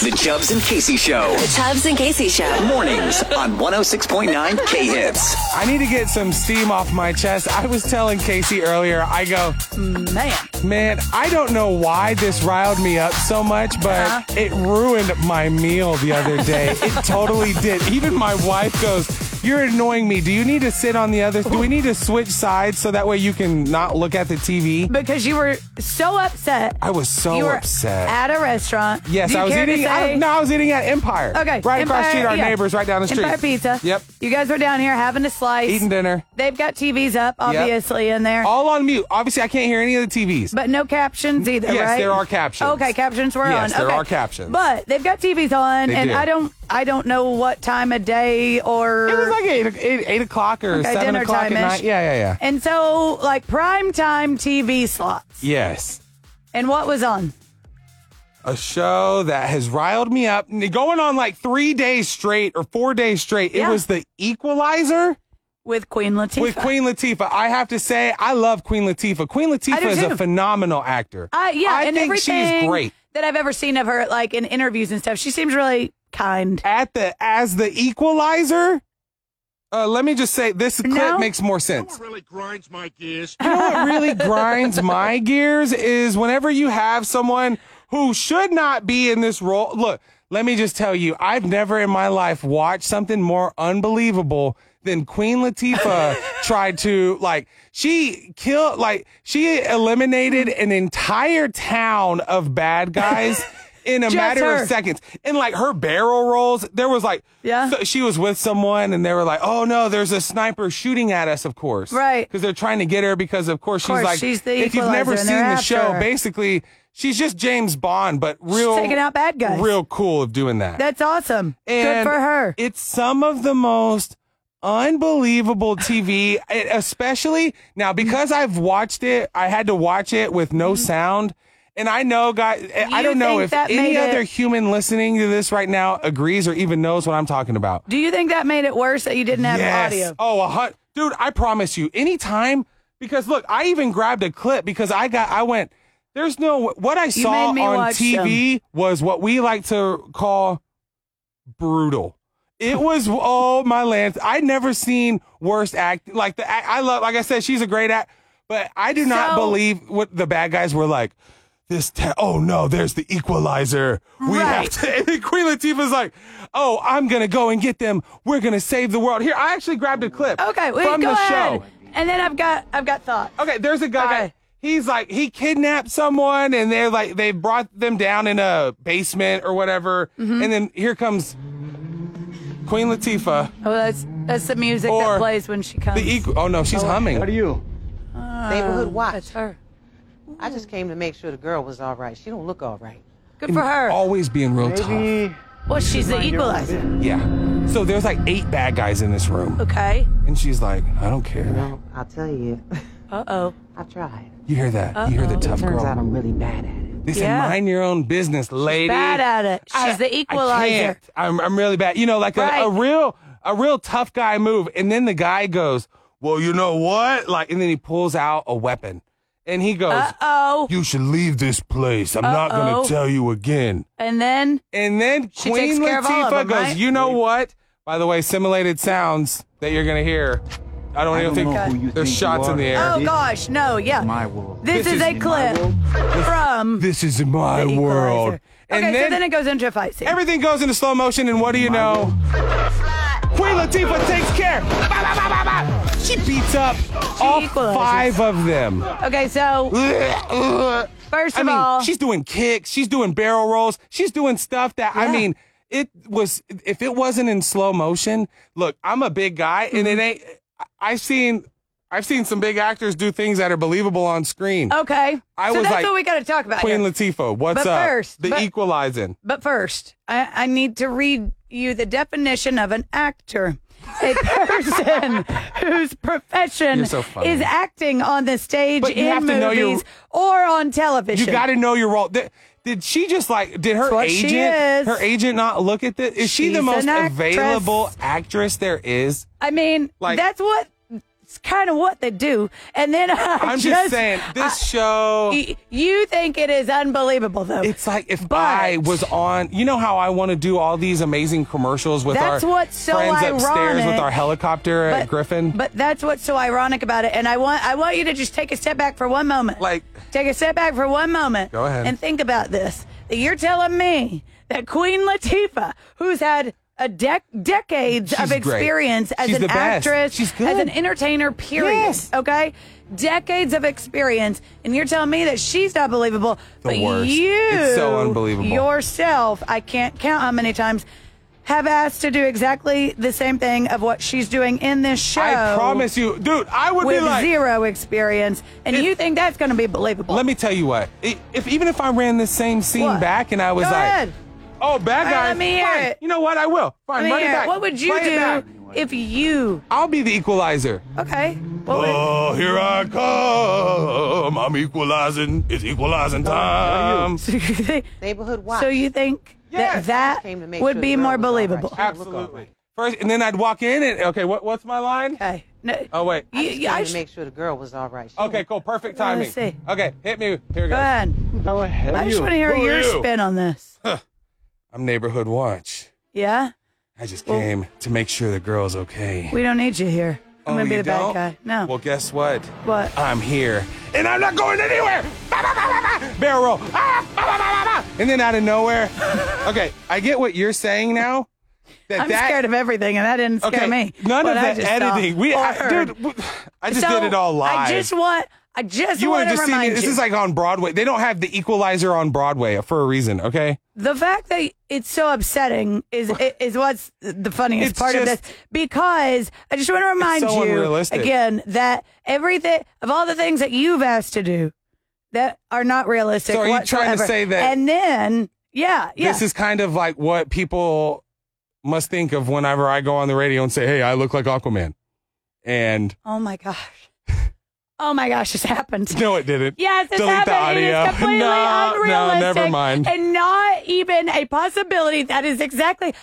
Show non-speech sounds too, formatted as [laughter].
The Chubbs and Casey Show. The Tubbs and Casey Show. Mornings on 106.9 K Hits. I need to get some steam off my chest. I was telling Casey earlier, I go, Man. man, I don't know why this riled me up so much, but Uh-huh. it ruined my meal the other [laughs] day. it totally did. Even my wife goes, you're annoying me. Do you need to sit on the other? Do we need to switch sides so that way you can not look at the TV? Because you were so upset. I was so you were upset. At a restaurant. yes, Do you I was care to eating. I- say- no, I was eating at Empire. Okay. right across the Empire- street, our yeah. neighbors right down the street. Empire Pizza. Yep, You guys were down here having a slice. eating dinner. They've got TVs up, obviously, in there. All on mute. Obviously, I can't hear any of the TVs. but no captions either, Yes, right? there are captions. Okay, captions were Yes, on. there Okay. are captions. But they've got TVs on, They and do. I don't, I don't know what time of day or. It was like eight, eight, eight o'clock or Okay, seven dinner o'clock at time-ish. night. Yeah, yeah, yeah. and so, like prime time TV slots. Yes. And what was on? A show that has riled me up going on like three days straight or four days straight. It Yeah. was The Equalizer With Queen Latifah. with Queen Latifah. I have to say, I love Queen Latifah. Queen Latifah do is a too. phenomenal actor. Uh, yeah, I and think everything she's great. that I've ever seen of her, like in interviews and stuff, she seems really kind. At the as the equalizer, uh, let me just say this clip No. makes more sense. What really grinds my gears? You know what really grinds my gears is whenever you have someone who should not be in this role. Look, let me just tell you, I've never in my life watched something more unbelievable than Queen [laughs] Latifah tried to like she killed like she eliminated an entire town of bad [laughs] guys. In a Just matter her. of seconds. And like her barrel rolls, there was like, Yeah. so she was with someone and they were like, oh no, there's a sniper shooting at us, of course. Right. Because they're trying to get her because, of course, she's course, like, she's the if you've never equalizer seen and the they're after show, her. basically, she's just James Bond, but real taking out bad guys. Real cool of doing that. That's awesome. Good And for her. It's some of the most unbelievable TV, it- especially now because I've watched it. I had to watch it with no sound. And I know, guys, I Mm-hmm. You don't know think if that any made it- other human listening to this right now agrees or even knows what I'm talking about. Do you think that made it worse that you didn't have audio? Oh, a hun- dude, I promise you, anytime because look, I even grabbed a clip because I got I went there's no what I saw made me on watch TV was what we like to call brutal. It was oh my land. I never seen worse act like the act- I love like I said she's a great act, but I do not So- believe what the bad guys were like. This ta- oh no, there's the equalizer. We have Right. to. [laughs] And then Queen Latifah's like, oh, I'm gonna go and get them. We're gonna save the world. Here, I actually grabbed a clip Okay, wait, from go the ahead. show. And then I've got, I've got thought. Okay, there's a guy. Okay. He's like he kidnapped someone, and they're like they brought them down in a basement or whatever. Mm-hmm. And then here comes Queen Latifah. Oh, that's that's the music Or that plays when she comes. The equ- oh no, she's humming. you? neighborhood watch. Um, that's her. I just came to make sure the girl was all right. She don't look all right. Good for her. Always being real tough. well, she's the equalizer. Yeah. So there's like eight bad guys in this room, Okay. and she's like, I don't care. Well, I'll tell you, Uh oh. I tried. You hear that? You hear the tough Turns girl. out I'm really bad at it. They said, Yeah. mind your own business, lady. bad at it. She's I- the I equalizer. can't. I'm, I'm really bad. You know, like a, Right. a real, a real tough guy move. And then the guy goes, well, you know what? Like, and then he pulls out a weapon and he goes, Uh oh. you should leave this place. I'm not going Uh-oh. to tell you again. And then And then She Queen takes care of all Latifah of them, goes, right? you know what? By the way, simulated sounds that you're going to hear. I don't even think there's shots in the air. Oh gosh, no, yeah. My world. This, This is, is a my clip from This is my the world. Equalizer. Okay, so then it goes into a fight scene. Everything goes into slow motion, and what do you know? Queen Latifah takes care. Ba, ba, ba, ba, ba. She beats up all equalizes. five of them. okay, so first of I mean, all, she's doing kicks, she's doing barrel rolls, she's doing stuff that I Yeah. mean, it was if it wasn't in slow motion. Look, I'm a big guy, and Mm-hmm. it ain't. I- I've seen, I've seen some big actors do things that are believable on screen. okay. I so was that's like, what we got to talk about. Queen here. Latifah, what's Oh, But up? first- the but- equalizing. But first, I, I need to read you the definition of an actor. [laughs] A person whose profession You're so funny. is acting on the stage But you in have to movies know your- or on television. You got to know your role. Did, did she just like? Did her what she agent? is. Her agent not look at this? Is she the She's most an actress. available actress there is? I mean, Like- that's what It's kind of what they do. And then I I'm just, just, saying, this show. Y- You think it is unbelievable, though. It's like if But- I was on, you know how I want to do all these amazing commercials with That's our what's so friends upstairs with ironic. our helicopter at Griffin. But that's what's so ironic about it. And I want I want you to just take a step back for one moment. Like- take a step back for one moment. Go ahead. And think about this. That You're telling me that Queen Latifah, who's had a dec- decades She's of great. experience as She's an the best. actress, She's good. as an entertainer, period. Yes. Okay? Decades of experience. And you're telling me that she's not believable. The but worst. you It's so unbelievable. yourself, I can't count how many times, have asked to do exactly the same thing of what she's doing in this show. I promise you, dude, I would be With like, zero experience. And If- you think that's going to be believable. let me tell you what. i- If even if I ran this same scene What? back and I was Go like, ahead. oh, bad All right, guys, let me hear fine. it. you know what? I will. Fine, Let me run it hear it. back. What would you Play it back. do if you. I'll be the equalizer. Okay. What would- Oh, here I come. I'm equalizing. It's equalizing time. [laughs] so you think, Neighborhood watch. so you think Yes. that Came to that make would sure be the girl more was all right. believable? She would look all Absolutely. right. First, and then I'd walk in and okay, what, what's my line? Okay. No- Oh wait. You- you- Came I to sh- make sure the girl was all right. She Okay, cool. Perfect timing. Let's see. Okay, hit me. Here we go go. ahead. I just want to hear Who are your you? spin [laughs] on this. I'm neighborhood watch. Yeah? I just came to make sure the girl's okay. We don't need you here. I'm Oh, going to be you the don't? bad guy. No. Well, guess what? What? I'm here, and I'm not going anywhere. Ba, ba, ba, ba, ba. Barrel roll. Ah, ba, ba, ba, ba, ba. And then out of [laughs] nowhere. okay, I get what you're saying now. That I'm that, scared of everything, and that didn't scare okay, me. None What of I that just saw editing. We, or I, heard. dude, w- I just So, did it all live. I just want. I just you were want to just seeing remind it. This you is like on Broadway. They don't have the Equalizer on Broadway for a reason. Okay. the fact that it's so upsetting is is what's the funniest It's part of this just- because I just want to remind so you unrealistic. again that everything of all the things that you've asked to do that are not realistic. So are you trying to whatsoever. say that- And then yeah, yeah. This is kind of like what people must think of whenever I go on the radio and say, "Hey, I look like Aquaman," and oh my gosh. Oh my gosh, this happened. [laughs] no, it didn't. Yes, it's Delete happened. the audio. [laughs] It is completely no, unrealistic. no, never mind. And not even a possibility. That is exactly.